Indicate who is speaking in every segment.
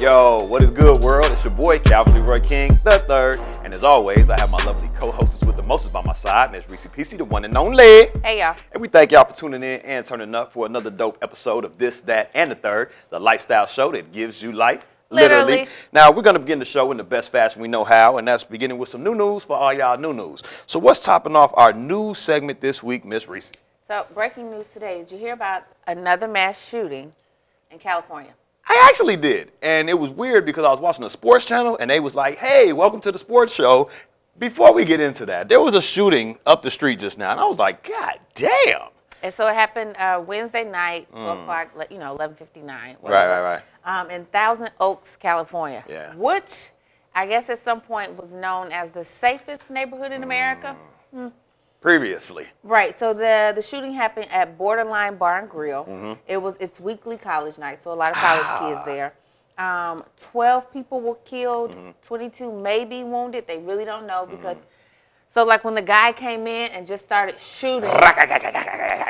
Speaker 1: Yo, what is good, world? It's your boy Calvin Leroy King the third, and as always, I have my lovely co-hostess with the most by my side, and it's Reese PC, the one and only.
Speaker 2: Hey y'all.
Speaker 1: And we thank y'all for tuning in and turning up for another dope episode of This, That, and the Third, the lifestyle show that gives you life.
Speaker 2: Literally.
Speaker 1: Now we're gonna begin the show in the best fashion we know how, and that's beginning with some new news for all y'all new news. So what's topping off our news segment this week, Miss Reese?
Speaker 2: So breaking news today. Did you hear about another mass shooting in California?
Speaker 1: I actually did. And it was weird because I was watching the sports channel and they was like, hey, welcome to the sports show. Before we get into that, there was a shooting up the street just now. And I was like, God damn.
Speaker 2: And so it happened uh, Wednesday night, 12 o'clock, le- you know, 11:59.
Speaker 1: Mm. right, right.
Speaker 2: Um, in Thousand Oaks, California.
Speaker 1: Yeah.
Speaker 2: Which I guess at some point was known as the safest neighborhood in America.
Speaker 1: Mm. Previously.
Speaker 2: Right. So the the shooting happened at Borderline Bar and Grill.
Speaker 1: Mm-hmm.
Speaker 2: It was its weekly college night, so a lot of college
Speaker 1: Ah.
Speaker 2: kids there. Um, Twelve people were killed.
Speaker 1: Mm-hmm.
Speaker 2: Twenty-two maybe wounded. They really don't know because. So like when the guy came in and just started shooting,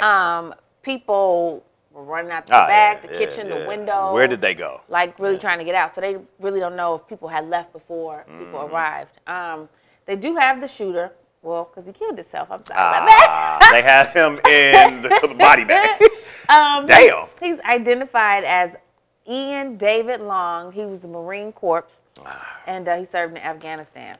Speaker 2: um, people were running out the
Speaker 1: Ah,
Speaker 2: back,
Speaker 1: yeah,
Speaker 2: the
Speaker 1: yeah,
Speaker 2: kitchen,
Speaker 1: yeah.
Speaker 2: the window.
Speaker 1: Where did they go?
Speaker 2: Like really trying to get out. So they really don't know if people had left before people
Speaker 1: Mm-hmm.
Speaker 2: arrived. Um, they do have the shooter. Well, because he killed himself. I'm sorry about that.
Speaker 1: Ah, they had him in the body bag.
Speaker 2: Um,
Speaker 1: Damn.
Speaker 2: He's identified as Ian David Long. He was a Marine Corps,
Speaker 1: Ah.
Speaker 2: and uh, he served in Afghanistan.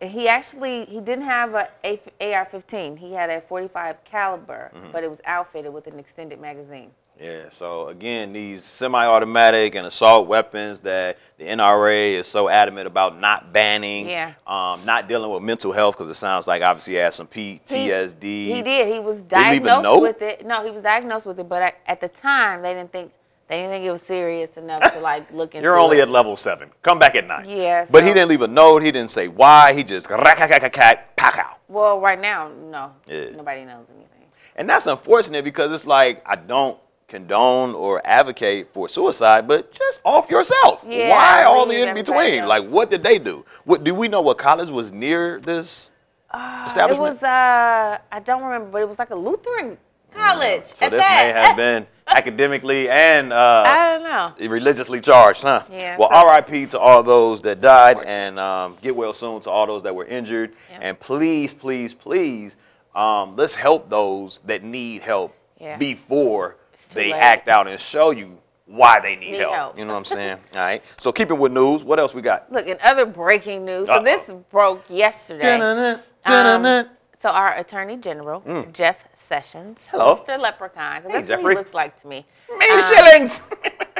Speaker 2: He actually he didn't have a A- AR-15. He had a 45 caliber,
Speaker 1: Mm-hmm.
Speaker 2: but it was outfitted with an extended magazine.
Speaker 1: Yeah, so again, these semi automatic and assault weapons that the NRA is so adamant about not banning,
Speaker 2: Yeah.
Speaker 1: um, not dealing with mental health, because it sounds like obviously he had some PTSD.
Speaker 2: He, he did. He was
Speaker 1: They leave a
Speaker 2: diagnosed
Speaker 1: note?
Speaker 2: with it. No, he was diagnosed with it, but at, at the time they didn't think they didn't think it was serious enough to like look into.
Speaker 1: You're only
Speaker 2: it.
Speaker 1: at level seven. Come back at nine.
Speaker 2: Yeah,
Speaker 1: But he
Speaker 2: so-
Speaker 1: didn't leave a note. He didn't say why. He just pack
Speaker 2: well right now. No,
Speaker 1: Yeah.
Speaker 2: nobody knows anything.
Speaker 1: And that's unfortunate because it's like I don't condone or advocate for suicide, but just off yourself.
Speaker 2: Yeah,
Speaker 1: why all
Speaker 2: leave
Speaker 1: the in
Speaker 2: everybody
Speaker 1: between?
Speaker 2: else.
Speaker 1: Like, what did they do? What do we know? What college was near this
Speaker 2: It
Speaker 1: establishment?
Speaker 2: was uh I don't remember, but it was like a Lutheran college.
Speaker 1: Mm, so
Speaker 2: at
Speaker 1: this
Speaker 2: that.
Speaker 1: may have been academically and uh,
Speaker 2: I don't know.
Speaker 1: religiously charged, huh?
Speaker 2: Yeah,
Speaker 1: Well,
Speaker 2: so-
Speaker 1: R.I.P. to all those that died, and um, get well soon to all those that were injured.
Speaker 2: Yeah.
Speaker 1: And please, please, please, um, let's help those that need help
Speaker 2: Yeah.
Speaker 1: before
Speaker 2: too
Speaker 1: they
Speaker 2: late.
Speaker 1: act out and show you why they need,
Speaker 2: Need
Speaker 1: help.
Speaker 2: help.
Speaker 1: You know what I'm saying? all right. So keep it with news. What else we got?
Speaker 2: Look, in other breaking news,
Speaker 1: Uh-oh.
Speaker 2: so this broke yesterday.
Speaker 1: Dun-dun-dun,
Speaker 2: Um,
Speaker 1: dun-dun-dun.
Speaker 2: so our Attorney General, Jeff Sessions,
Speaker 1: Mm. Hello.
Speaker 2: Mr. Leprechaun, 'cause
Speaker 1: Hey,
Speaker 2: that's what
Speaker 1: Jeffrey.
Speaker 2: he looks like to me.
Speaker 1: Many
Speaker 2: Um,
Speaker 1: shillings.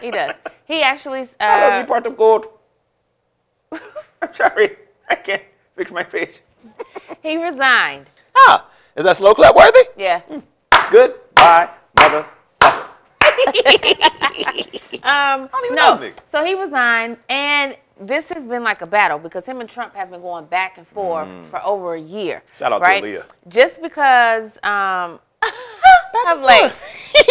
Speaker 2: He does. He actually.
Speaker 1: I don't
Speaker 2: Uh,
Speaker 1: need part of gold. I'm sorry. I can't fix my face.
Speaker 2: he resigned.
Speaker 1: Ah, is that slow clap worthy?
Speaker 2: Yeah.
Speaker 1: Goodbye, mother.
Speaker 2: Um,
Speaker 1: even
Speaker 2: no.
Speaker 1: know nigga.
Speaker 2: So he resigned, and this has been like a battle because him and Trump have been going back and forth for over a year.
Speaker 1: Mm. Shout out to
Speaker 2: right?
Speaker 1: Aaliyah.
Speaker 2: Just because, um, I'm late.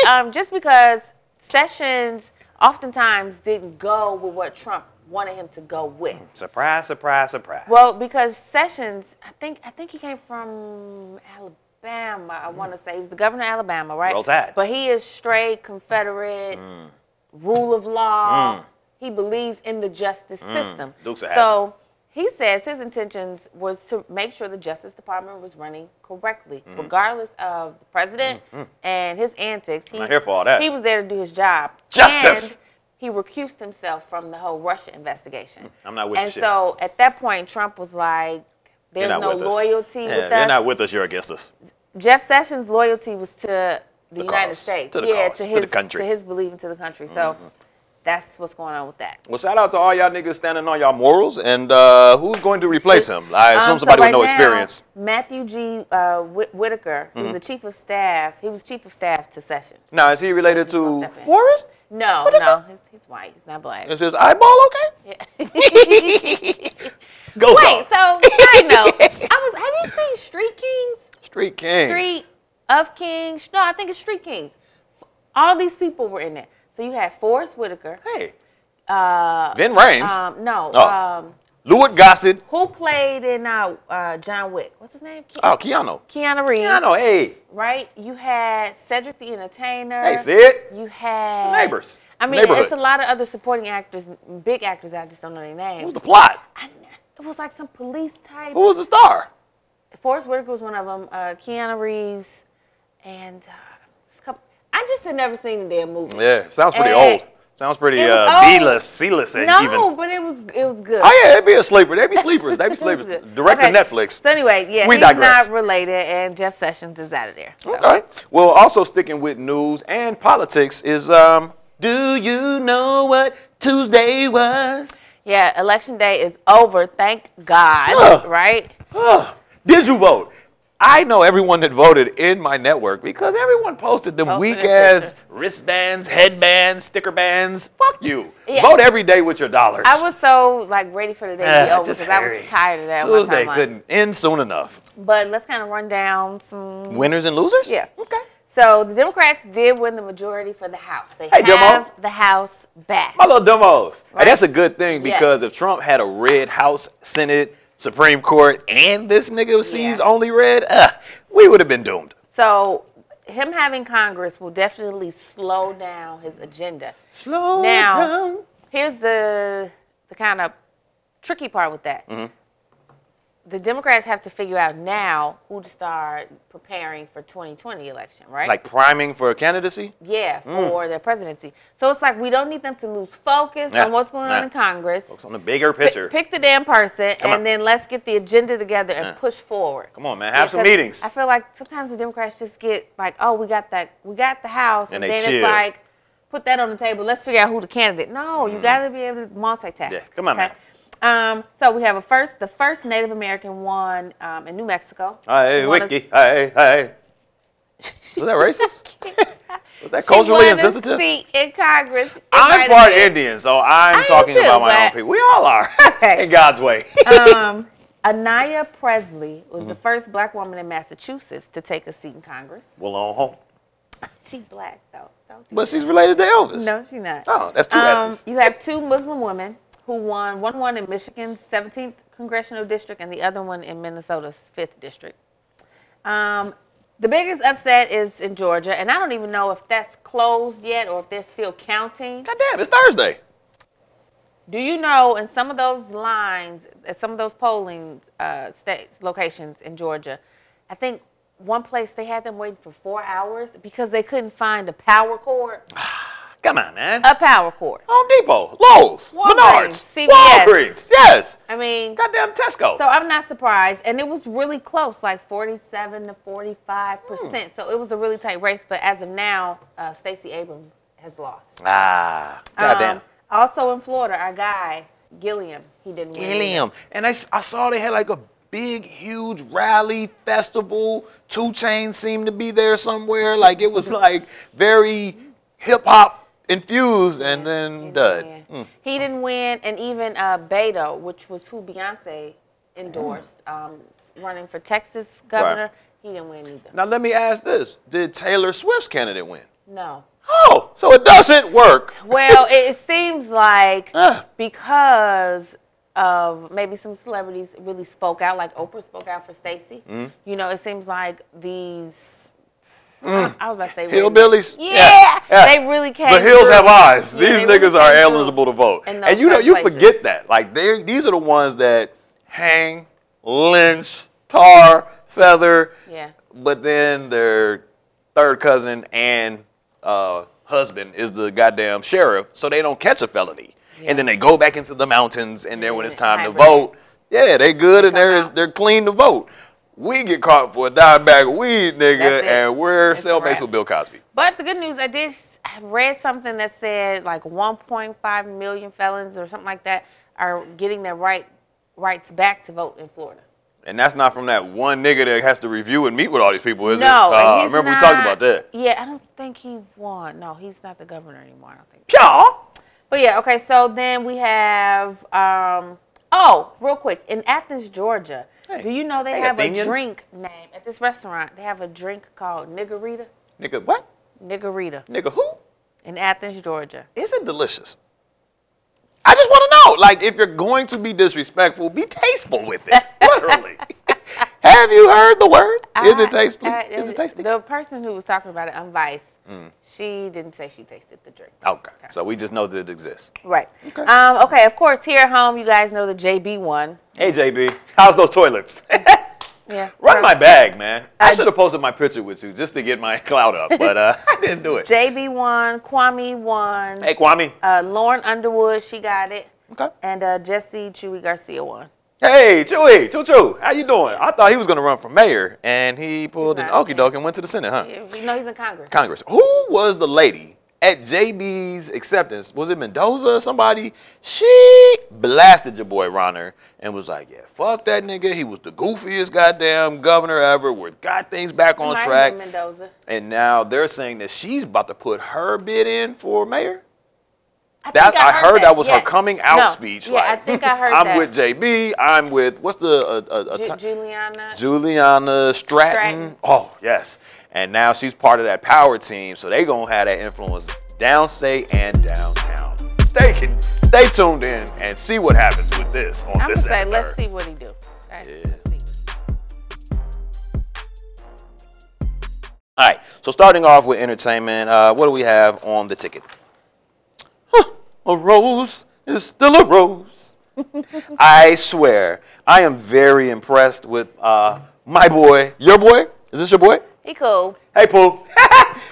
Speaker 2: um, just because Sessions oftentimes didn't go with what Trump wanted him to go with.
Speaker 1: Surprise, surprise, surprise.
Speaker 2: Well, because Sessions, I think I think he came from Alabama. I
Speaker 1: Mm.
Speaker 2: want to say he was the governor of Alabama, right?
Speaker 1: Roll Tide.
Speaker 2: But he is straight Confederate,
Speaker 1: Mm.
Speaker 2: rule of law. He believes in the justice system.
Speaker 1: Mm. Dukes of
Speaker 2: so he says his intentions was to make sure the Justice Department was running correctly,
Speaker 1: Mm-hmm.
Speaker 2: regardless of the president and his antics. He,
Speaker 1: not here for all that.
Speaker 2: He was there to do his job.
Speaker 1: Justice.
Speaker 2: And he recused himself from the whole Russia investigation.
Speaker 1: Mm, I'm not with
Speaker 2: And
Speaker 1: the shits.
Speaker 2: so at that point, Trump was like,
Speaker 1: You're
Speaker 2: "There's
Speaker 1: not
Speaker 2: no
Speaker 1: with us.
Speaker 2: loyalty
Speaker 1: Yeah,
Speaker 2: with
Speaker 1: You're
Speaker 2: us."
Speaker 1: not with us. You're against us.
Speaker 2: Jeff Sessions' loyalty was to the, United
Speaker 1: cause,
Speaker 2: States,
Speaker 1: to the
Speaker 2: yeah,
Speaker 1: cause,
Speaker 2: to
Speaker 1: to
Speaker 2: his
Speaker 1: the country. Mm-hmm.
Speaker 2: to his belief into the country. So that's what's going on with that.
Speaker 1: Well, shout out to all y'all niggas standing on y'all morals, and uh, who's going to replace him? I assume
Speaker 2: Um, so
Speaker 1: somebody
Speaker 2: right
Speaker 1: with no
Speaker 2: now,
Speaker 1: experience. Mm-hmm.
Speaker 2: Matthew G. Uh, Whit- Whitaker, who's the chief of staff, he was chief of staff to Sessions.
Speaker 1: Now, is he related to
Speaker 2: gonna step in.
Speaker 1: Forrest?
Speaker 2: No,
Speaker 1: Whitaker?
Speaker 2: no, he's, he's white. He's not black.
Speaker 1: Is his eyeball okay? Go
Speaker 2: Wait, so I know. I was. Have you seen Street Kings?
Speaker 1: Street King.
Speaker 2: Street of Kings. No, I think it's Street Kings. All these people were in it. So you had Forrest Whitaker.
Speaker 1: Hey.
Speaker 2: Uh,
Speaker 1: Vin Rames.
Speaker 2: um, no.
Speaker 1: Oh.
Speaker 2: Um,
Speaker 1: Lewitt Gossett.
Speaker 2: who played in uh, uh, John Wick? What's his name? Ke-
Speaker 1: Oh, Keanu.
Speaker 2: Keanu Reeves.
Speaker 1: Keanu, hey.
Speaker 2: Right. You had Cedric the Entertainer.
Speaker 1: Hey, Sid.
Speaker 2: You had
Speaker 1: Neighbors.
Speaker 2: I mean,
Speaker 1: Neighborhood.
Speaker 2: it's a lot of other supporting actors, big actors. I just don't know their
Speaker 1: What
Speaker 2: names.
Speaker 1: was the plot?
Speaker 2: I- it was like some police type.
Speaker 1: Who was the star?
Speaker 2: Forrest Whitaker was one of them. Uh, Keanu Reeves, and uh, it's a couple- I just had never seen the damn movie.
Speaker 1: Yeah, sounds pretty
Speaker 2: Eh.
Speaker 1: old. Sounds pretty
Speaker 2: It was
Speaker 1: uh,
Speaker 2: old.
Speaker 1: B-list, C-list eh,
Speaker 2: no,
Speaker 1: even.
Speaker 2: but it was it was good.
Speaker 1: Oh yeah, they'd be a sleeper. They'd be sleepers. They'd be
Speaker 2: It was
Speaker 1: sleepers.
Speaker 2: good.
Speaker 1: Direct
Speaker 2: Okay,
Speaker 1: to Netflix.
Speaker 2: So anyway, yeah,
Speaker 1: We
Speaker 2: he's
Speaker 1: digress.
Speaker 2: not related, and Jeff Sessions is out of there. so.
Speaker 1: Okay. Well, also sticking with news and politics is um. Do you know what Tuesday was?
Speaker 2: Yeah, election day is over. Thank God,
Speaker 1: Ugh.
Speaker 2: right?
Speaker 1: Ugh. Did you vote? I know everyone that voted in my network because everyone posted them
Speaker 2: Posted
Speaker 1: weak
Speaker 2: it.
Speaker 1: ass wristbands, headbands, sticker bands. Fuck you.
Speaker 2: Yeah.
Speaker 1: Vote every day with your dollars.
Speaker 2: I was so like ready for the day to be
Speaker 1: Ah,
Speaker 2: over
Speaker 1: just
Speaker 2: because I
Speaker 1: hurry.
Speaker 2: was tired of that. on my
Speaker 1: Tuesday
Speaker 2: timeline.
Speaker 1: couldn't end soon enough.
Speaker 2: But let's kind of run down some.
Speaker 1: Winners and losers?
Speaker 2: Yeah.
Speaker 1: Okay.
Speaker 2: So the Democrats did win the majority for the House. They
Speaker 1: Hey,
Speaker 2: have
Speaker 1: Demo.
Speaker 2: the House back.
Speaker 1: My little demos.
Speaker 2: Right.
Speaker 1: And that's a good thing
Speaker 2: Yes.
Speaker 1: because if Trump had a red House, Senate, Supreme Court, and this nigga sees
Speaker 2: Yeah.
Speaker 1: only red, uh, we would have been doomed.
Speaker 2: So him having Congress will definitely slow down his agenda.
Speaker 1: Slow
Speaker 2: now, here's the the kind of tricky part with that.
Speaker 1: Mm-hmm.
Speaker 2: The Democrats have to figure out now who to start preparing for 2020 election, right?
Speaker 1: Like mm. priming for a candidacy?
Speaker 2: yeah, for their presidency. So it's like we don't need them to lose focus
Speaker 1: Yeah,
Speaker 2: on what's going on
Speaker 1: yeah.
Speaker 2: in Congress.
Speaker 1: Focus on the bigger
Speaker 2: Pi-
Speaker 1: picture.
Speaker 2: Pick the damn person,
Speaker 1: Come
Speaker 2: and
Speaker 1: on.
Speaker 2: then let's get the agenda together and
Speaker 1: Yeah.
Speaker 2: push forward.
Speaker 1: Come on, man. Have some
Speaker 2: 'cause
Speaker 1: meetings.
Speaker 2: I feel like sometimes the Democrats just get like, oh, we got that, we got the House,
Speaker 1: And
Speaker 2: and,
Speaker 1: they
Speaker 2: then
Speaker 1: chill.
Speaker 2: it's like, put that on the table. Let's figure out who the candidate. No, you got to be able to multitask.
Speaker 1: Mm. Yeah, come on, man.
Speaker 2: Um, so we have a first, the first Native American one um, in New Mexico.
Speaker 1: Hey,
Speaker 2: She won a-
Speaker 1: Wiki. Hey, hey. Was that racist? Was that
Speaker 2: she won
Speaker 1: culturally
Speaker 2: a
Speaker 1: insensitive?
Speaker 2: seat in Congress. It might
Speaker 1: I'm
Speaker 2: have
Speaker 1: part
Speaker 2: been.
Speaker 1: Indian, so I'm
Speaker 2: am
Speaker 1: talking
Speaker 2: too,
Speaker 1: about my own
Speaker 2: but-
Speaker 1: people. We all are.
Speaker 2: Okay.
Speaker 1: In God's way.
Speaker 2: um, Anaya Presley was
Speaker 1: Mm-hmm.
Speaker 2: the first black woman in Massachusetts to take a seat in Congress.
Speaker 1: well, on home.
Speaker 2: She black though. Don't do
Speaker 1: But she's related to Elvis.
Speaker 2: No, she's not. Um,
Speaker 1: Oh, that's two S's.
Speaker 2: You have two Muslim women who won. One won in Michigan's 17th congressional district, and the other one in Minnesota's 5th district. Um, the biggest upset is in Georgia, and I don't even know if that's closed yet or if they're still counting.
Speaker 1: God damn, it's Thursday.
Speaker 2: Do you know in some of those lines, at some of those polling uh, states, locations in Georgia, I think one place they had them waiting for four hours because they couldn't find a power cord.
Speaker 1: Come on, man.
Speaker 2: A power cord.
Speaker 1: Home Depot, Lowe's,
Speaker 2: Walgreens,
Speaker 1: Menards,
Speaker 2: CVS.
Speaker 1: Walgreens. Yes.
Speaker 2: I mean,
Speaker 1: Goddamn Tesco.
Speaker 2: so I'm not surprised. And it was really close, like 47 to 45
Speaker 1: Hmm.
Speaker 2: percent. So it was a really tight race. But as of now, uh, Stacey Abrams has lost.
Speaker 1: ah, goddamn.
Speaker 2: Um, also in Florida, our guy Gilliam, he didn't win. either.
Speaker 1: Damn. And I, s- I saw they had like a big, huge rally festival. Two Chains seemed to be there somewhere. Like it was like very hip hop infused and then
Speaker 2: He
Speaker 1: dud.
Speaker 2: didn't
Speaker 1: Mm.
Speaker 2: win. He didn't win, and even uh, Beto, which was who Beyonce endorsed, um, running for Texas governor, he didn't win either.
Speaker 1: Now let me ask this: Did Taylor Swift's candidate win?
Speaker 2: No.
Speaker 1: Oh, so it doesn't work.
Speaker 2: Well, it, it seems like
Speaker 1: Ah.
Speaker 2: because of maybe some celebrities really spoke out, like Oprah spoke out for Stacey.
Speaker 1: Mm.
Speaker 2: You know, it seems like these. I, I was about to say
Speaker 1: Mm. Hillbillies?
Speaker 2: Yeah,
Speaker 1: Yeah, yeah.
Speaker 2: they really came.
Speaker 1: The hills
Speaker 2: through.
Speaker 1: have eyes.
Speaker 2: Yeah,
Speaker 1: these
Speaker 2: they really
Speaker 1: niggas are
Speaker 2: came through.
Speaker 1: eligible to vote.
Speaker 2: in
Speaker 1: And
Speaker 2: those
Speaker 1: you know,
Speaker 2: tough
Speaker 1: you
Speaker 2: places.
Speaker 1: forget that. Like they these are the ones that hang, lynch, tar, feather.
Speaker 2: Yeah.
Speaker 1: But then their third cousin and uh, husband is the goddamn sheriff, so they don't catch a felony.
Speaker 2: Yeah.
Speaker 1: And then they go back into the mountains, and then when it's time to
Speaker 2: Hybrid.
Speaker 1: vote, yeah, they good and
Speaker 2: come
Speaker 1: they're
Speaker 2: out.
Speaker 1: they're clean to vote. We get caught for a dime bag of weed, nigga,
Speaker 2: That's it.
Speaker 1: and we're
Speaker 2: It's a
Speaker 1: cellmates
Speaker 2: wrap.
Speaker 1: with Bill Cosby.
Speaker 2: But the good news, I did I read something that said like 1.5 million felons or something like that are getting their right rights back to vote in Florida.
Speaker 1: And that's not from that one nigga that has to review and meet with all these people, is it?
Speaker 2: no,
Speaker 1: Uh,
Speaker 2: and he's
Speaker 1: remember
Speaker 2: not-
Speaker 1: we talked about that.
Speaker 2: Yeah, I don't think he won. No, he's not the governor anymore. I don't think.
Speaker 1: Y'all.
Speaker 2: But yeah, okay. So then we have. um Oh, real quick, in Athens, Georgia,
Speaker 1: Hey.
Speaker 2: do you know they
Speaker 1: Hey,
Speaker 2: have
Speaker 1: Athenians.
Speaker 2: a drink name at this restaurant? They have a drink called Niggerita.
Speaker 1: Nigga, what?
Speaker 2: Niggerita
Speaker 1: Nigga, who?
Speaker 2: in Athens, Georgia.
Speaker 1: Is it delicious? I just want to know. Like, if you're going to be disrespectful, be tasteful with it. Literally. have you heard the word? Is
Speaker 2: I-
Speaker 1: it tasty?
Speaker 2: I-
Speaker 1: is it tasty? Mm.
Speaker 2: The person who was talking about it on Vice She didn't say she tasted the drink.
Speaker 1: Okay. So we just know that it exists.
Speaker 2: Right.
Speaker 1: Okay.
Speaker 2: Um, okay, of course, here at home, you guys know the JB one.
Speaker 1: Hey, JB, how's those toilets?
Speaker 2: Yeah.
Speaker 1: Run my bag, man. I
Speaker 2: I-
Speaker 1: should have posted my picture with you just to get my clout up, but uh, I didn't do it.
Speaker 2: JB one, Kwame one,
Speaker 1: Hey, Kwame.
Speaker 2: uh, Lauren Underwood, she got it,
Speaker 1: Okay.
Speaker 2: and uh, Jesse Chewy Garcia won.
Speaker 1: Hey, Chewy, Choo Choo, how you doing? I thought he was gonna run for mayor, and he pulled an
Speaker 2: not.
Speaker 1: okey doke and went to the Senate, huh?
Speaker 2: Yeah, we know he's in Congress.
Speaker 1: Congress. Who was the lady at JB's acceptance? Was it Mendoza or somebody? She blasted your boy Ronner and was like, yeah, fuck that nigga. He was the goofiest goddamn governor ever. We got things back on
Speaker 2: Might have
Speaker 1: track.
Speaker 2: been Mendoza.
Speaker 1: And now they're saying that she's about to put her bid in for mayor.
Speaker 2: I
Speaker 1: That
Speaker 2: think
Speaker 1: I heard,
Speaker 2: that,
Speaker 1: that was
Speaker 2: yeah.
Speaker 1: her coming out
Speaker 2: No,
Speaker 1: speech.
Speaker 2: Yeah,
Speaker 1: like,
Speaker 2: I think I heard
Speaker 1: I'm
Speaker 2: that.
Speaker 1: with JB. I'm with what's the uh, uh, uh,
Speaker 2: Ju-
Speaker 1: ti-
Speaker 2: Juliana.
Speaker 1: Juliana Stratton.
Speaker 2: Stratton.
Speaker 1: Oh, yes. And now she's part of that power team, so they gonna have that influence downstate and downtown. Stay can stay tuned in and see what happens with this on
Speaker 2: I'm
Speaker 1: this
Speaker 2: gonna say,
Speaker 1: and
Speaker 2: let's
Speaker 1: third.
Speaker 2: see what he do. Right,
Speaker 1: Yeah.
Speaker 2: let's see.
Speaker 1: All right. So starting off with entertainment, uh, what do we have on the ticket? Huh, a rose is still a rose. I swear, I am very impressed with uh, my boy, your boy. Is this your boy?
Speaker 2: He cool.
Speaker 1: Hey, Pooh.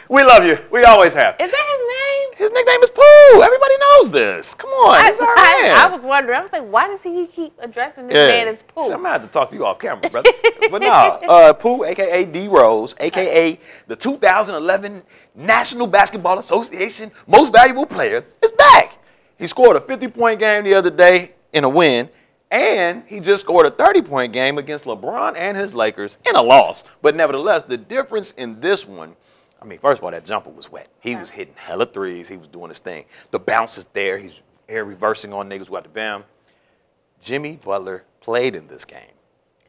Speaker 1: we love you. We always have.
Speaker 2: Is that his name?
Speaker 1: His nickname is Pooh. Everybody knows this. Come on.
Speaker 2: I,
Speaker 1: he's our man.
Speaker 2: I- I was wondering. I was like, why does he keep addressing this man as
Speaker 1: So I'm
Speaker 2: Pooh?
Speaker 1: gonna have to talk to you off camera, brother. but no, uh, Pooh, aka D Rose, aka the 2011 National Basketball Association Most Valuable Player, is back. He scored a 50-point game the other day in a win, and he just scored a 30-point game against LeBron and his Lakers in a loss. But nevertheless, the difference in this one. I mean, first of all, that jumper was wet. He was hitting hella threes. He was doing his thing. The bounce is there. He's air reversing on niggas who out the bound. Jimmy Butler played in this game,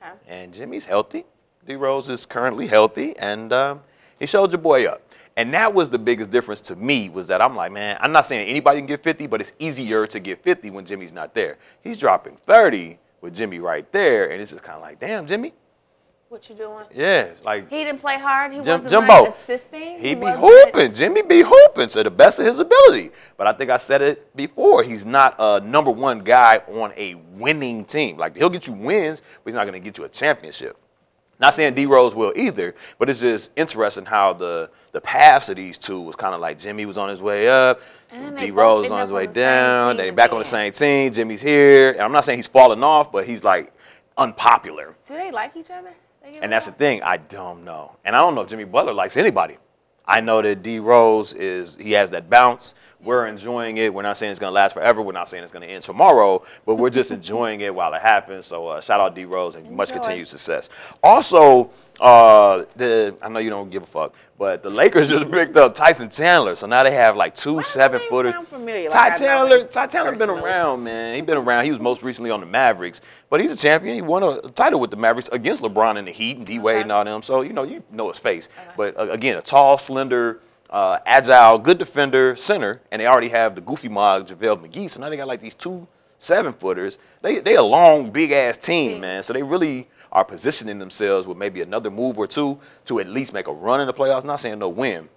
Speaker 2: Okay.
Speaker 1: and Jimmy's healthy. D Rose is currently healthy, and um, he showed your boy up. And that was the biggest difference to me was that I'm like, man, I'm not saying anybody can get 50, but it's easier to get 50 when Jimmy's not there. He's dropping 30 with Jimmy right there, and it's just kind of like, damn, Jimmy,
Speaker 2: What you doing?
Speaker 1: yeah, like
Speaker 2: He didn't play hard. He
Speaker 1: Jim-
Speaker 2: wasn't
Speaker 1: Jimbo.
Speaker 2: like assisting.
Speaker 1: He be
Speaker 2: wasn't-
Speaker 1: hooping. Jimmy be hooping to the best of his ability. But I think I said it before. He's not a number one guy on a winning team. Like he'll get you wins, but he's not going to get you a championship. Not saying D Rose will either, but it's just interesting how the the paths of these two was kind of like Jimmy was on his way up,
Speaker 2: And then they
Speaker 1: D
Speaker 2: both
Speaker 1: Rose
Speaker 2: end
Speaker 1: on
Speaker 2: up
Speaker 1: his
Speaker 2: on
Speaker 1: way
Speaker 2: the same
Speaker 1: down.
Speaker 2: team
Speaker 1: They back on the same
Speaker 2: again.
Speaker 1: team. Jimmy's here. And I'm not saying he's falling off, but he's like unpopular.
Speaker 2: Do they like each other? They get
Speaker 1: And that's the
Speaker 2: along?
Speaker 1: thing, I don't know. And I don't know if Jimmy Butler likes anybody. I know that D Rose is he has that bounce. We're enjoying it. We're not saying it's gonna last forever. We're not saying it's gonna end tomorrow, but we're just enjoying it while it happens. So uh, shout out D Rose and much
Speaker 2: Enjoy.
Speaker 1: continued success. Also, uh, the I know you don't give a fuck, but the Lakers just picked up Tyson Chandler, so now they have like two
Speaker 2: Why does the
Speaker 1: seven
Speaker 2: name
Speaker 1: footers.
Speaker 2: sound familiar? Like,
Speaker 1: Ty
Speaker 2: I know him
Speaker 1: Chandler, Ty Chandler's been
Speaker 2: personally.
Speaker 1: around, man. He's been around. He was most recently on the Mavericks, but he's a champion. He won a title with the Mavericks against LeBron and the Heat and D Wade
Speaker 2: Okay.
Speaker 1: and all them. So you know, you know his face.
Speaker 2: Uh-huh.
Speaker 1: But uh, again, a tall, slender, uh, agile, good defender, center, and they already have the goofy mog JaVale McGee. So now they got like these two seven footers. They they a long, big ass team,
Speaker 2: Yeah.
Speaker 1: man. So they really are positioning themselves with maybe another move or two to at least make a run in the playoffs. Not saying no win.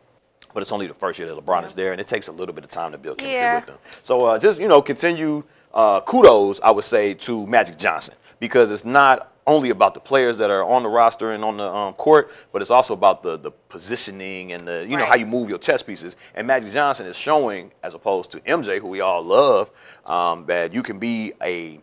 Speaker 1: But it's only the first year that LeBron is there, and it takes a little bit of time to build chemistry
Speaker 2: Yeah.
Speaker 1: with them. So uh, just you know, continue uh, kudos, I would say, to Magic Johnson because it's not only about the players that are on the roster and on the um, court, but it's also about the the positioning and the you know how
Speaker 2: Right.
Speaker 1: you move your chess pieces. And Magic Johnson is showing, as opposed to MJ, who we all love, um, that you can be a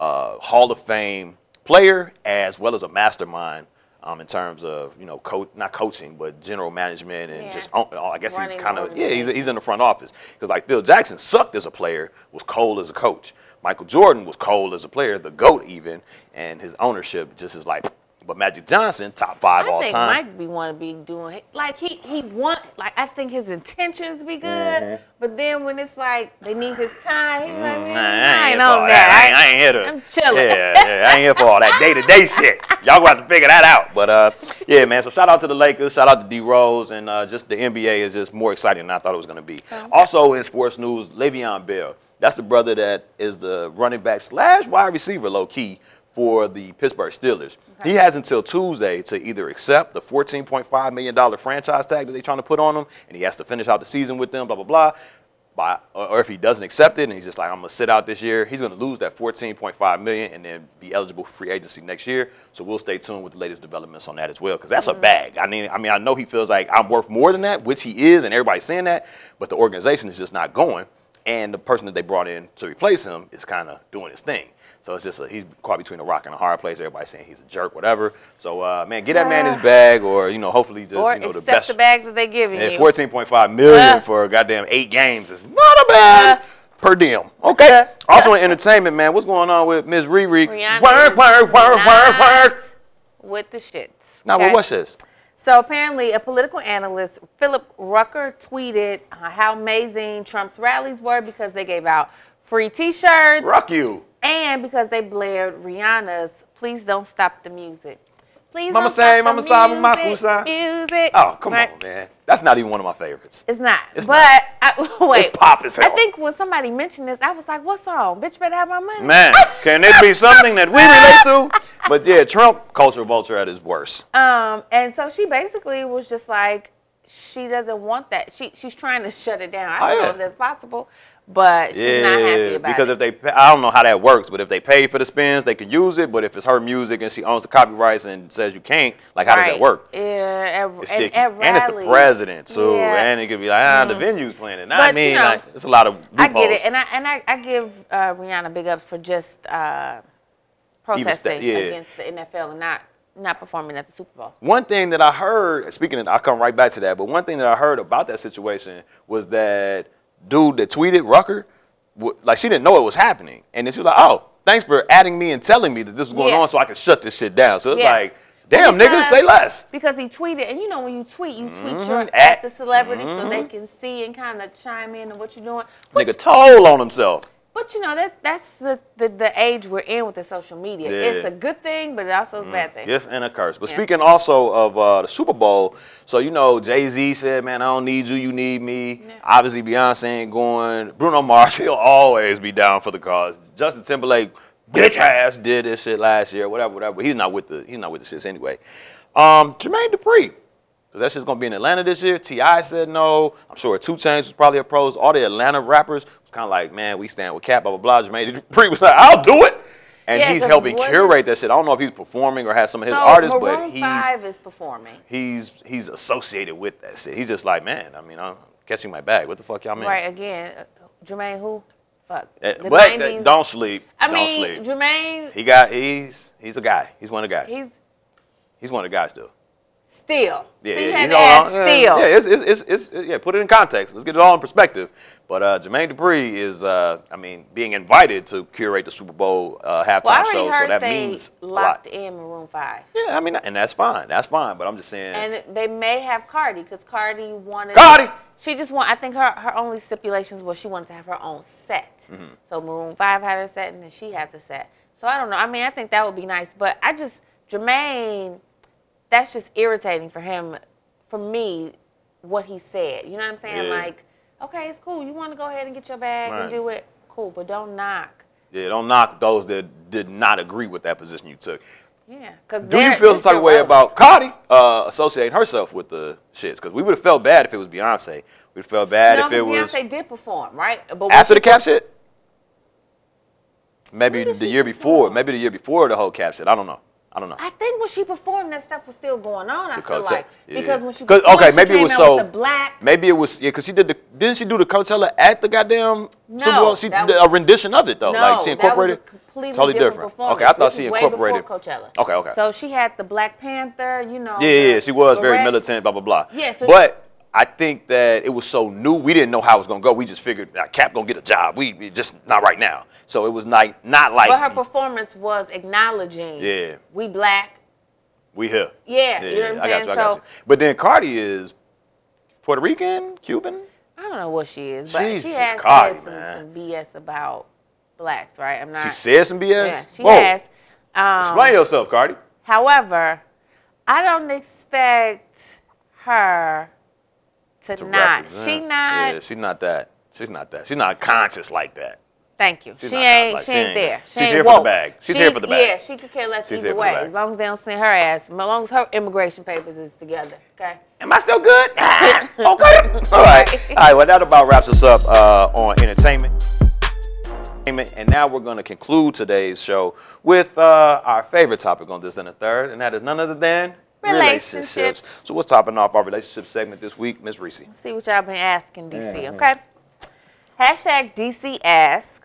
Speaker 1: uh, Hall of Fame player as well as a mastermind. Um, in terms of you know, coach not coaching, but general management and
Speaker 2: Yeah.
Speaker 1: just own, I guess he's
Speaker 2: Running
Speaker 1: kind of
Speaker 2: the
Speaker 1: yeah, he's
Speaker 2: organization.
Speaker 1: he's in the front office because like Phil Jackson sucked as a player, was cold as a coach. Michael Jordan was cold as a player, the goat even, and his ownership just is like. But Magic Johnson, top five all
Speaker 2: I think
Speaker 1: time.
Speaker 2: Mike be want to be doing like he he want like I think his intentions be good,
Speaker 1: Mm-hmm.
Speaker 2: but then when it's like they need his time, he be like,
Speaker 1: Mm,
Speaker 2: man, I
Speaker 1: here
Speaker 2: ain't
Speaker 1: for
Speaker 2: on
Speaker 1: all
Speaker 2: that.
Speaker 1: I, ain't, I ain't here to.
Speaker 2: I'm chilling.
Speaker 1: Yeah, yeah, I ain't here for all that day to day shit. Y'all gonna have to figure that out. But uh, yeah, man. So shout out to the Lakers. Shout out to D Rose, and uh, just the NBA is just more exciting than I thought it was gonna be.
Speaker 2: Oh,
Speaker 1: Also in sports news, Le'Veon Bell. That's the brother that is the running back slash wide receiver, low key for the Pittsburgh Steelers. He has until Tuesday to either accept the $14.5 million franchise tag that they're trying to put on him, and he has to finish out the season with them, blah, blah, blah. By, or or if he doesn't accept it and he's just like, I'm gonna sit out this year, he's gonna lose that 14.5 million and then be eligible for free agency next year. So we'll stay tuned with the latest developments on that as well, because that's a bag. I mean, I mean, I know he feels like I'm worth more than that, which he is, and everybody's saying that, but the organization is just not going, and the person that they brought in to replace him is kind of doing his thing. So it's just a, he's caught between a rock and a hard place. Everybody's saying he's a jerk, whatever. So uh, man, get that man his bag, or you know, hopefully just
Speaker 2: or
Speaker 1: you know the
Speaker 2: accept
Speaker 1: best
Speaker 2: the bags that they're giving
Speaker 1: and
Speaker 2: you.
Speaker 1: 14.5 million
Speaker 2: Uh.
Speaker 1: for a goddamn eight games is not a bad
Speaker 2: Uh.
Speaker 1: per diem. Okay. Also in entertainment, man, what's going on with Ms. Riri?
Speaker 2: Rihanna
Speaker 1: Work,
Speaker 2: is
Speaker 1: work, work, work,
Speaker 2: not
Speaker 1: work.
Speaker 2: with the shits.
Speaker 1: Now,
Speaker 2: okay?
Speaker 1: well, what's this?
Speaker 2: So apparently, a political analyst, Philip Rucker, tweeted uh, how amazing Trump's rallies were because they gave out free T-shirts
Speaker 1: Rock you.
Speaker 2: and because they blared Rihanna's "Please Don't Stop the Music." Please
Speaker 1: Mama
Speaker 2: don't
Speaker 1: say,
Speaker 2: stop
Speaker 1: mama
Speaker 2: the
Speaker 1: say, mama
Speaker 2: music,
Speaker 1: say.
Speaker 2: Music.
Speaker 1: Oh, come
Speaker 2: Right?
Speaker 1: on, man. That's not even one of my favorites.
Speaker 2: It's not.
Speaker 1: It's
Speaker 2: but
Speaker 1: not.
Speaker 2: I, wait,
Speaker 1: It's pop as hell.
Speaker 2: I think when somebody mentioned this, I was like, "What song? Bitch, better have my money."
Speaker 1: Man, can it be something that we relate to? But yeah, Trump culture vulture at his worst.
Speaker 2: Um, and so she basically was just like, she doesn't want that. She she's trying to shut it down. I
Speaker 1: Oh,
Speaker 2: don't
Speaker 1: yeah.
Speaker 2: know if that's possible, but she's not happy about
Speaker 1: because
Speaker 2: it.
Speaker 1: if they, pa- I don't know how that works, but if they pay for the spins, they can use it. But if it's her music and she owns the copyrights and says you can't, like how does that work?
Speaker 2: Yeah, at,
Speaker 1: It's
Speaker 2: and,
Speaker 1: sticky.
Speaker 2: at
Speaker 1: and it's the
Speaker 2: rallies.
Speaker 1: president too.
Speaker 2: Yeah. Mm-hmm.
Speaker 1: And it could be like, ah, the venue's playing it. Nah, I
Speaker 2: But, you
Speaker 1: mean,
Speaker 2: know,
Speaker 1: like, it's a lot of loopholes.
Speaker 2: I get it, and I and I, I give uh, Rihanna big ups for just uh, protesting
Speaker 1: yeah.
Speaker 2: against the NFL and not not performing at the Super Bowl.
Speaker 1: one thing that I heard, speaking of, I'll come right back to that, but one thing that I heard about that situation was that dude that tweeted Rucker, wa- like she didn't know it was happening. And then she was like, oh, thanks for adding me and telling me that this was going
Speaker 2: Yeah.
Speaker 1: on so I could shut this shit down. So it's
Speaker 2: Yeah.
Speaker 1: like, damn, nigga,
Speaker 2: Because-
Speaker 1: say less.
Speaker 2: Because he tweeted, and you know when you tweet, you tweet your at,
Speaker 1: Mm-hmm. At- Mm-hmm.
Speaker 2: the celebrity so they can see and kind of chime in on what you're doing.
Speaker 1: Nigga told on himself.
Speaker 2: But you know that that's the, the, the age we're in with the social media.
Speaker 1: Yeah. Mm.
Speaker 2: It's a good thing, but it also is a bad thing.
Speaker 1: Gift and a curse. But
Speaker 2: Yeah.
Speaker 1: speaking also of uh, the Super Bowl, so you know Jay Z said, "Man, I don't need you, you need me."
Speaker 2: Yeah.
Speaker 1: Obviously, Beyonce ain't going. Bruno Mars, he'll always be down for the cause. Justin Timberlake, bitch ass, did this shit last year, whatever, whatever. He's not with the he's not with the shits anyway. Um, Jermaine Dupri. Cause that shit's gonna be in Atlanta this year. Ti said no. I'm sure Two Chainz was probably opposed. All the Atlanta rappers was kind of like, man, we stand with Cap, blah blah blah. Jermaine Dupri was like, I'll do it, and
Speaker 2: Yeah,
Speaker 1: he's
Speaker 2: 'cause
Speaker 1: helping
Speaker 2: what
Speaker 1: curate
Speaker 2: is-
Speaker 1: that shit. I don't know if he's performing or has some of his
Speaker 2: so
Speaker 1: artists, but
Speaker 2: Maroon
Speaker 1: he's
Speaker 2: Five is performing,
Speaker 1: he's he's associated with that shit. He's just like, man, I mean, I'm catching my bag. What the fuck y'all mean?
Speaker 2: right? Again, uh, Jermaine who? Fuck.
Speaker 1: Eh,
Speaker 2: The
Speaker 1: but that-
Speaker 2: 90s.
Speaker 1: don't sleep.
Speaker 2: I
Speaker 1: don't sleep.
Speaker 2: mean, Jermaine.
Speaker 1: he got he's he's a guy. He's one of the guys. He's,
Speaker 2: He's
Speaker 1: one of the guys still.
Speaker 2: still.
Speaker 1: Yeah,
Speaker 2: so you
Speaker 1: yeah,
Speaker 2: had
Speaker 1: he's
Speaker 2: to
Speaker 1: all-
Speaker 2: add
Speaker 1: yeah,
Speaker 2: still.
Speaker 1: Yeah, it's, it's, it's, it's, yeah, put it in context. Let's get it all in perspective. But uh, Jermaine Dupri is, uh, I mean, being invited to curate the Super Bowl uh, halftime
Speaker 2: well, I already
Speaker 1: show,
Speaker 2: heard
Speaker 1: so that
Speaker 2: they
Speaker 1: means a lot.
Speaker 2: locked in Maroon Five,
Speaker 1: Yeah, I mean, and that's fine. That's fine. But I'm just saying.
Speaker 2: and they may have Cardi because Cardi wanted.
Speaker 1: Cardi!
Speaker 2: She just want. I think her her only stipulations was she wanted to have her own set.
Speaker 1: Mm-hmm.
Speaker 2: So Maroon Five had her set, and then she has a set. So I don't know. I mean, I think that would be nice, but I just Jermaine, that's just irritating for him, for me, what he said. You know what I'm saying?
Speaker 1: Yeah.
Speaker 2: Like, okay, it's cool. You want to go ahead and get your bag
Speaker 1: Right.
Speaker 2: and do it, cool, but don't knock.
Speaker 1: Yeah, don't knock those that did not agree with that position you took.
Speaker 2: Yeah, because
Speaker 1: Do you feel some type of way about Cardi uh, associating herself with the shits? Because we would have felt bad if it was Beyonce. We'd felt bad
Speaker 2: no,
Speaker 1: if it was
Speaker 2: because Beyonce did perform, right? But when
Speaker 1: after
Speaker 2: she
Speaker 1: the cap shit. Maybe
Speaker 2: When did
Speaker 1: the
Speaker 2: she
Speaker 1: year
Speaker 2: perform?
Speaker 1: before. Maybe the year before the whole cap shit. I don't know. I don't know.
Speaker 2: I think when she performed, that stuff was still going on. I
Speaker 1: Because-
Speaker 2: feel like
Speaker 1: yeah.
Speaker 2: because when she
Speaker 1: 'Cause-
Speaker 2: performed,
Speaker 1: okay,
Speaker 2: she
Speaker 1: maybe it
Speaker 2: came
Speaker 1: was
Speaker 2: out
Speaker 1: so-
Speaker 2: with the black.
Speaker 1: Maybe it was yeah, because she did the didn't she do the Coachella at the goddamn Super
Speaker 2: No,
Speaker 1: Bowl? She
Speaker 2: that
Speaker 1: did a rendition of it though,
Speaker 2: no,
Speaker 1: like she incorporated.
Speaker 2: that was a completely
Speaker 1: totally
Speaker 2: different, performance.
Speaker 1: Okay, I thought
Speaker 2: This
Speaker 1: she
Speaker 2: is way
Speaker 1: incorporated.
Speaker 2: before Coachella.
Speaker 1: Okay, okay.
Speaker 2: So she had the Black Panther, you know.
Speaker 1: Yeah, yeah,
Speaker 2: the
Speaker 1: yeah, she was very
Speaker 2: barrettes.
Speaker 1: militant, blah blah blah.
Speaker 2: Yeah, so-
Speaker 1: but I think that it was so new, we didn't know how it was gonna go. We just figured nah, Cap gonna get a job. We we just not right now. So it was like not like
Speaker 2: But her performance was acknowledging.
Speaker 1: Yeah.
Speaker 2: We black.
Speaker 1: we here.
Speaker 2: Yeah, you know what I'm
Speaker 1: I got you, I
Speaker 2: saying?
Speaker 1: got
Speaker 2: So-
Speaker 1: you. But then Cardi is Puerto Rican, Cuban.
Speaker 2: I don't know what she is, but she
Speaker 1: Jesus,
Speaker 2: has
Speaker 1: Cardi,
Speaker 2: said
Speaker 1: man.
Speaker 2: some, some BS about blacks, right? I'm not.
Speaker 1: She said some BS.
Speaker 2: Yeah, she
Speaker 1: Whoa.
Speaker 2: has. Um,
Speaker 1: Explain yourself, Cardi.
Speaker 2: However, I don't expect her to,
Speaker 1: To
Speaker 2: not.
Speaker 1: represent.
Speaker 2: She not.
Speaker 1: Yeah, she's not that. She's not that. She's not conscious like that.
Speaker 2: Thank you.
Speaker 1: She's
Speaker 2: she
Speaker 1: not
Speaker 2: ain't.
Speaker 1: Godlike.
Speaker 2: She
Speaker 1: She
Speaker 2: ain't
Speaker 1: ain't-
Speaker 2: there.
Speaker 1: she's
Speaker 2: she ain't
Speaker 1: here for the
Speaker 2: woke.
Speaker 1: bag. She's here for the bag.
Speaker 2: Yeah, she could care less
Speaker 1: She's here
Speaker 2: either
Speaker 1: for the
Speaker 2: way.
Speaker 1: bag.
Speaker 2: As long as they don't send her ass. As long as her immigration papers is together. Okay.
Speaker 1: Am I still good? okay. All right. All right. Well, that about wraps us up uh, on entertainment. Entertainment, And now we're going to conclude today's show with uh, our favorite topic on this and the third, and that is none other than
Speaker 2: Relationships.
Speaker 1: So, what's topping off our relationship segment this week, Miss Reese?
Speaker 2: See what y'all been asking, DC.
Speaker 1: Uh-huh.
Speaker 2: Okay. Hashtag DC ask.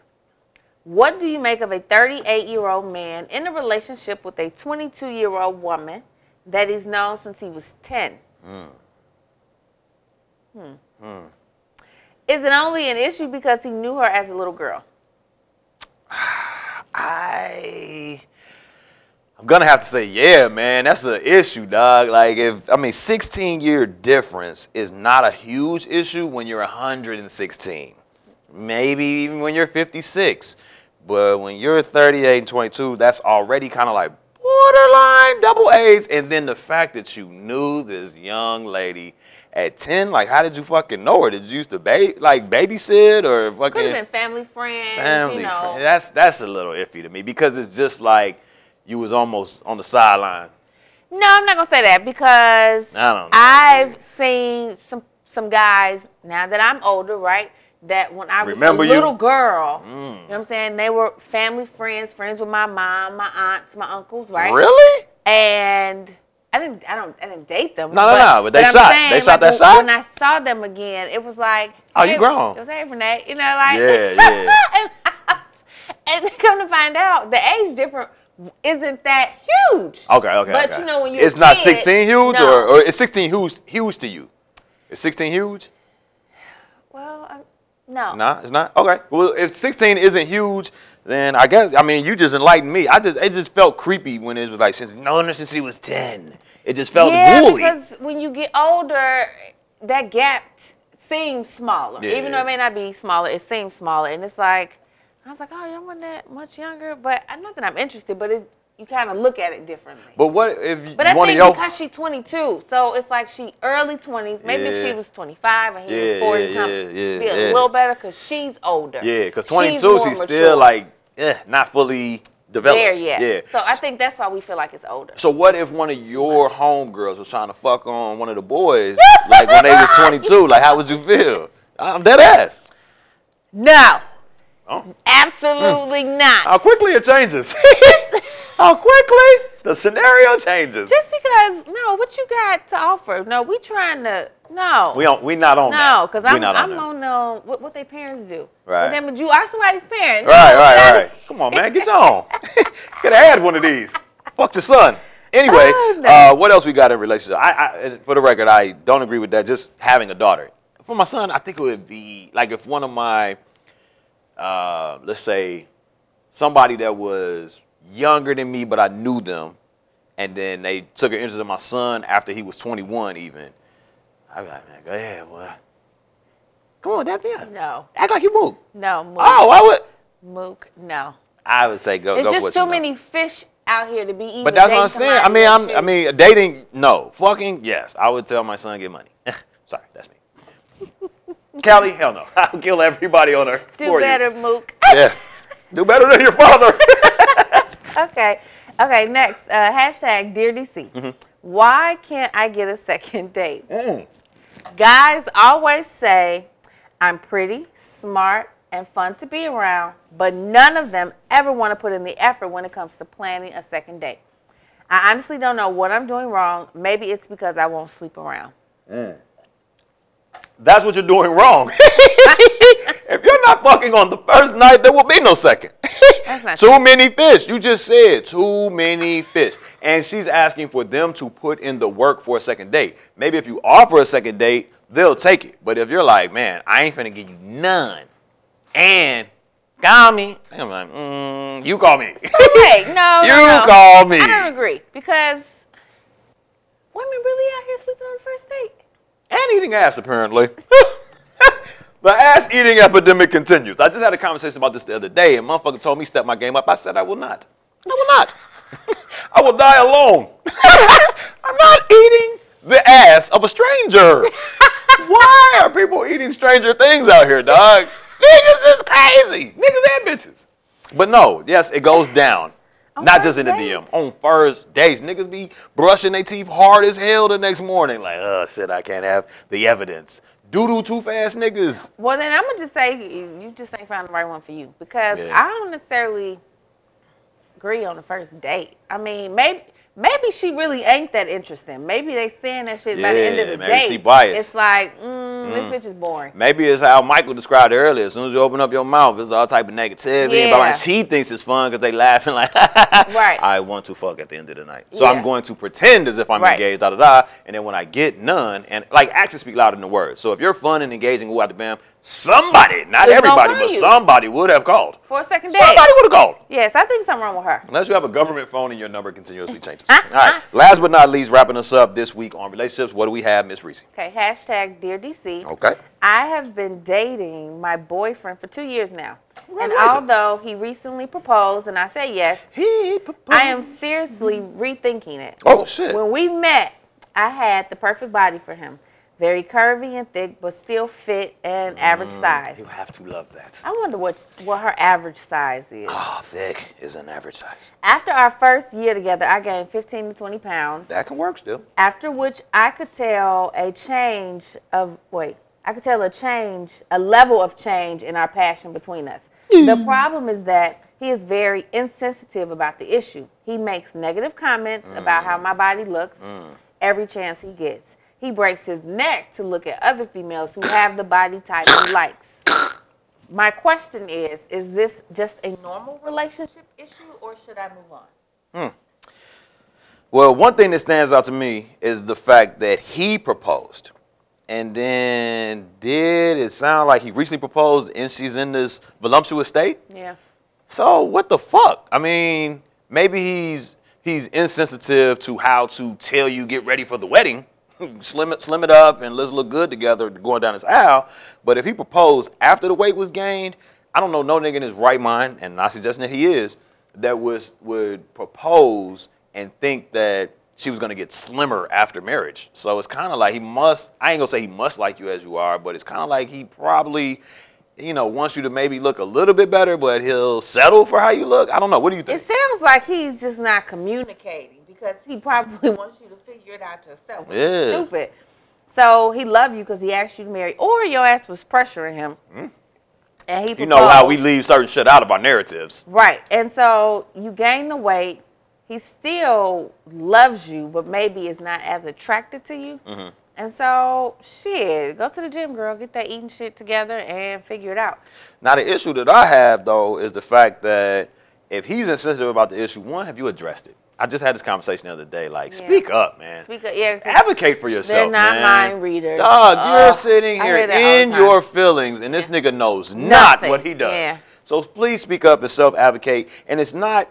Speaker 2: What do you make of a 38 year old man in a relationship with a 22 year old woman that he's known since he was 10? Hmm.
Speaker 1: Hmm.
Speaker 2: Is it only an issue because he knew her as a little girl?
Speaker 1: I I'm gonna have to say, yeah, man, that's an issue, dog. Like if I mean 16 year difference is not a huge issue when you're 116. Maybe even when you're 56. But when you're 38 and 22, that's already kind of like borderline double A's. And then the fact that you knew this young lady at 10, like how did you fucking know her? Did you used to ba- like babysit or fucking
Speaker 2: Could have been family friends.
Speaker 1: family
Speaker 2: you know.
Speaker 1: friend. That's that's a little iffy to me because it's just like you was almost on the sideline.
Speaker 2: No, I'm not gonna say that because
Speaker 1: I don't know.
Speaker 2: I've seen some some guys now that I'm older, right? That when I was
Speaker 1: Remember
Speaker 2: a
Speaker 1: you? Mm.
Speaker 2: little girl, you know what I'm saying? They were family friends, friends with my mom, my aunts, my uncles, right?
Speaker 1: Really?
Speaker 2: And I didn't, I don't, I didn't date them.
Speaker 1: No, no, no, but they shot. They shot that
Speaker 2: w-
Speaker 1: shot?
Speaker 2: When I saw them again, it was like,
Speaker 1: Oh, you
Speaker 2: hey,
Speaker 1: grown.
Speaker 2: It was hey, Renee, you know, like
Speaker 1: Yeah, yeah.
Speaker 2: and come to find out, the age difference isn't that huge.
Speaker 1: Okay, okay.
Speaker 2: But
Speaker 1: okay.
Speaker 2: you know when you're
Speaker 1: it's
Speaker 2: a
Speaker 1: not
Speaker 2: kid,
Speaker 1: 16 huge
Speaker 2: no.
Speaker 1: or, or it's 16 huge huge to you. It's 16 huge?
Speaker 2: well, i no.
Speaker 1: Nah, it's not. Okay. Well, if 16 isn't huge, then I guess I mean you just enlightened me. I just it just felt creepy when it was like since no no since he was 10. It just felt
Speaker 2: yeah,
Speaker 1: woolly.
Speaker 2: because when you get older, that gap s- seems smaller.
Speaker 1: Yeah.
Speaker 2: Even though it may not be smaller, it seems smaller, and it's like I was like, oh, y'all wasn't that much younger, but I not that I'm interested, but it, you kind of look at it differently.
Speaker 1: but what if
Speaker 2: But I
Speaker 1: one
Speaker 2: think
Speaker 1: of your
Speaker 2: because she's 22, so it's like she early 20s. Maybe if
Speaker 1: Yeah.
Speaker 2: she was 25 and he
Speaker 1: Yeah,
Speaker 2: was 40,
Speaker 1: yeah,
Speaker 2: something,
Speaker 1: yeah, yeah,
Speaker 2: be a
Speaker 1: yeah.
Speaker 2: little better because she's older.
Speaker 1: Yeah, because
Speaker 2: She's
Speaker 1: 22,
Speaker 2: more
Speaker 1: she's
Speaker 2: mature.
Speaker 1: still like eh, not fully developed.
Speaker 2: there yet.
Speaker 1: Yeah.
Speaker 2: So I think that's why we feel like it's older.
Speaker 1: So what if one of your homegirls was trying to fuck on one of the boys, like when they was 22? Like how would you feel? I'm dead ass.
Speaker 2: No,
Speaker 1: Oh.
Speaker 2: absolutely not.
Speaker 1: How quickly it changes. how quickly the scenario changes.
Speaker 2: Just because, no, what you got to offer? No, we trying to, no.
Speaker 1: We on, we not on that.
Speaker 2: no, because
Speaker 1: We
Speaker 2: I'm,
Speaker 1: not
Speaker 2: I'm
Speaker 1: that.
Speaker 2: on um, what, what their parents do.
Speaker 1: Right.
Speaker 2: But then, but you are somebody's parent.
Speaker 1: Right,
Speaker 2: No,
Speaker 1: right,
Speaker 2: not-
Speaker 1: right. Come on, man, get your own. Gotta add one of these. Fuck your son. Anyway,
Speaker 2: Oh, no.
Speaker 1: uh, what else we got in relationship? I, I, and for the record, I don't agree with that. Just having a daughter. For my son, I think it would be like if one of my, uh, let's say, somebody that was younger than me, but I knew them, and then they took an interest in my son after he was 21, even. I'd be like, man, go ahead, boy. Come on, that be it.
Speaker 2: No,
Speaker 1: Act like you moved.
Speaker 2: no, Mook.
Speaker 1: Oh, I would.
Speaker 2: Mook, no.
Speaker 1: I would say go
Speaker 2: There's
Speaker 1: go for
Speaker 2: just
Speaker 1: what
Speaker 2: too
Speaker 1: you know.
Speaker 2: many fish out here to be eating.
Speaker 1: But that's what I'm saying. I mean, I'm, I mean, dating, no. Fucking, yes. I would tell my son get money. Sorry, that's me. Callie, hell no. I'll kill everybody on her.
Speaker 2: do
Speaker 1: for
Speaker 2: better, Mook.
Speaker 1: You. Yeah. Do better than your father.
Speaker 2: Okay, okay. Next, uh, hashtag Dear DC.
Speaker 1: Mm-hmm.
Speaker 2: Why can't I get a second date?
Speaker 1: Mm.
Speaker 2: Guys always say I'm pretty, smart, and fun to be around, but none of them ever want to put in the effort when it comes to planning a second date. I honestly don't know what I'm doing wrong. Maybe it's because I won't sleep around.
Speaker 1: That's what you're doing wrong. if you're not fucking on the first night, there will be no second.
Speaker 2: That's not
Speaker 1: too many fish. You just said too many fish. And she's asking for them to put in the work for a second date. Maybe if you offer a second date, they'll take it. But if you're like, man, I ain't finna give you none, and call me, I'm like, mm, you call me.
Speaker 2: Correct. No, no,
Speaker 1: You
Speaker 2: Oh, no.
Speaker 1: call me.
Speaker 2: I don't agree because women really out here sleeping on the first date.
Speaker 1: and eating ass apparently. the ass eating epidemic continues. I just had a conversation about this the other day, and motherfucker told me step my game up. I said I will not. I will not. I will die alone. I'm not eating the ass of a stranger. Why are people eating stranger things out here, dog? Niggas is crazy. Niggas and bitches. But no, yes, it goes down.
Speaker 2: On
Speaker 1: Not just
Speaker 2: first
Speaker 1: in the
Speaker 2: dates.
Speaker 1: DM. On first days, niggas be brushing their teeth hard as hell the next morning. Like, oh shit, I can't have the evidence. Doodoo too fast niggas.
Speaker 2: Well, then I'm gonna just say you you just ain't found the right one for you because
Speaker 1: Yeah.
Speaker 2: I don't necessarily agree on the first date. I mean, maybe maybe she really ain't that interesting. Maybe they saying that shit by the end of
Speaker 1: Yeah,
Speaker 2: the
Speaker 1: maybe
Speaker 2: date.
Speaker 1: she biased.
Speaker 2: It's like mm, this bitch is boring.
Speaker 1: Maybe it's how Michael described it earlier. As soon as you open up your mouth, it's all type of negativity.
Speaker 2: Yeah.
Speaker 1: But like she thinks it's fun because they laughing like,
Speaker 2: Right.
Speaker 1: I want to fuck at the end of the night. So
Speaker 2: Yeah.
Speaker 1: I'm going to pretend as if I'm
Speaker 2: Right.
Speaker 1: engaged, da da da. And then when I get none, and like actions speak louder than words. So if you're fun and engaging, who out the bam, somebody, not
Speaker 2: Is gonna
Speaker 1: everybody,
Speaker 2: call
Speaker 1: but
Speaker 2: you.
Speaker 1: somebody would have called.
Speaker 2: For a second date.
Speaker 1: Somebody would have called.
Speaker 2: Yes, I think something wrong with her.
Speaker 1: Unless you have a government phone and your number
Speaker 2: Uh,
Speaker 1: continuously changes. All right. Last but not least, wrapping us up this week on relationships. What do we have, Miss Reese?
Speaker 2: Okay, hashtag dear DC.
Speaker 1: Okay.
Speaker 2: I have been dating my boyfriend for two years now. And
Speaker 1: Congratulations.
Speaker 2: although he recently proposed and I said yes, I am seriously rethinking it.
Speaker 1: Oh shit.
Speaker 2: When we met, I had the perfect body for him. Very curvy and thick, but still fit and average size.
Speaker 1: Mm, You have to love that.
Speaker 2: I wonder what what her average size is.
Speaker 1: Ah, thick is an average size.
Speaker 2: After our first year together, I gained 15 to 20 pounds.
Speaker 1: That can work still.
Speaker 2: After which, I could tell a change of wait. I could tell a change, a level of change in our passion between us. The problem is that he is very insensitive about the issue. He makes negative comments about how my body looks every chance he gets. He breaks his neck to look at other females who have the body type he likes. My question is is this just a normal relationship issue or should I move on?
Speaker 1: Well, one thing that stands out to me is the fact that he proposed. And then did it sound like he recently proposed and she's in this voluptuous state?
Speaker 2: Yeah.
Speaker 1: So what the fuck? I mean, maybe he's he's insensitive to how to tell you get ready for the wedding, slim it slim it up, and let's look good together going down this aisle. But if he proposed after the weight was gained, I don't know no nigga in his right mind, and not suggesting that he is, that was would propose and think that she was gonna get slimmer after marriage. So it's kind of like he must. I ain't gonna say he must like you as you are, but it's kind of like he probably you know, wants you to maybe look a little bit better, but he'll settle for how you look. I don't know. What do you
Speaker 2: It
Speaker 1: think?
Speaker 2: sounds like he's just not communicating because he probably wants you to figure it out yourself. which is
Speaker 1: Yeah.
Speaker 2: Stupid. So he loved you because he asked you to marry, or your ass was pressuring him, and he.
Speaker 1: Hmm. You know how we
Speaker 2: proposed.
Speaker 1: leave certain shit out of our narratives.
Speaker 2: Right, and so you gain the weight. He still loves you, but maybe is not as attracted to you.
Speaker 1: Mm-hmm.
Speaker 2: And so, shit, go to the gym, girl. Get that eating shit together and figure it out.
Speaker 1: Now, the issue that I have, though, is the fact that if he's insensitive about the issue, one, have you addressed it? I just had this conversation the other day. Like,
Speaker 2: Yeah.
Speaker 1: speak up, man.
Speaker 2: Speak up, yeah, 'cause
Speaker 1: Advocate for yourself.
Speaker 2: not
Speaker 1: man.
Speaker 2: mind readers.
Speaker 1: Dog,
Speaker 2: Ugh,
Speaker 1: you're sitting
Speaker 2: Oh, I
Speaker 1: here
Speaker 2: hear that all the
Speaker 1: in
Speaker 2: time.
Speaker 1: your feelings, and this nigga knows not
Speaker 2: Nothing.
Speaker 1: what he does.
Speaker 2: Yeah.
Speaker 1: So please speak up and self advocate. And it's not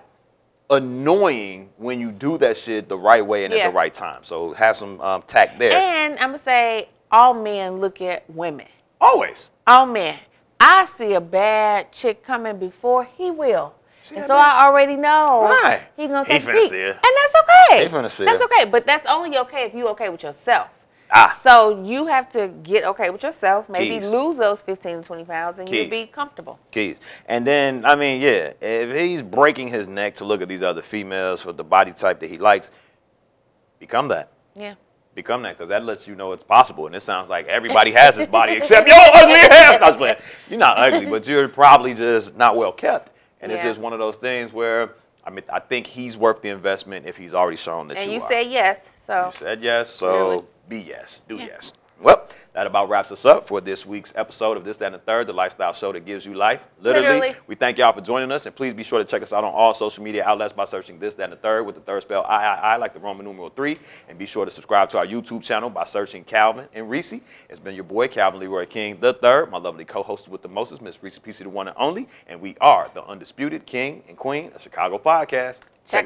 Speaker 1: annoying when you do that shit the right way and
Speaker 2: Yeah.
Speaker 1: at the right time. So have some um, tact there.
Speaker 2: And I'm gonna say, all men look at women.
Speaker 1: Always.
Speaker 2: Oh man, I see a bad chick coming before he will.
Speaker 1: See
Speaker 2: and
Speaker 1: that
Speaker 2: so
Speaker 1: bitch?
Speaker 2: I already know
Speaker 1: Right.
Speaker 2: he gonna
Speaker 1: He
Speaker 2: take
Speaker 1: finna
Speaker 2: a peek.
Speaker 1: see her.
Speaker 2: And that's okay.
Speaker 1: He finna see
Speaker 2: that's
Speaker 1: her.
Speaker 2: okay, but that's only okay if you okay with yourself.
Speaker 1: Ah.
Speaker 2: So you have to get okay with yourself, maybe
Speaker 1: Keys.
Speaker 2: lose those 15 to 20 pounds and you'll
Speaker 1: Keys.
Speaker 2: be comfortable.
Speaker 1: Keys. And then, I mean, yeah, if he's breaking his neck to look at these other females for the body type that he likes, become that.
Speaker 2: Yeah.
Speaker 1: Become that because that lets you know it's possible. And it sounds like everybody has this body except your ugly ass. I was playing. You're not ugly, but you're probably just not well kept. And it's
Speaker 2: Yeah.
Speaker 1: just one of those things where, I mean, I think he's worth the investment if he's already shown that
Speaker 2: And
Speaker 1: you,
Speaker 2: you
Speaker 1: are.
Speaker 2: say yes, so
Speaker 1: You said yes, so
Speaker 2: Really?
Speaker 1: be yes, do
Speaker 2: Yeah.
Speaker 1: yes. Well, that about wraps us up for this week's episode of This, That, and the Third, the lifestyle show that gives you life. Literally,
Speaker 2: Literally.
Speaker 1: we thank y'all for joining us, and please be sure to check us out on all social media outlets by searching This, That, and the Third with the third spell I, I, I, like the Roman numeral three. And be sure to subscribe to our YouTube channel by searching Calvin and Reese. It's been your boy, Calvin Leroy King the Third, my lovely co host with the Moses, Miss Reese PC, the one and only. And we are the undisputed king and queen of Chicago podcast.
Speaker 2: Check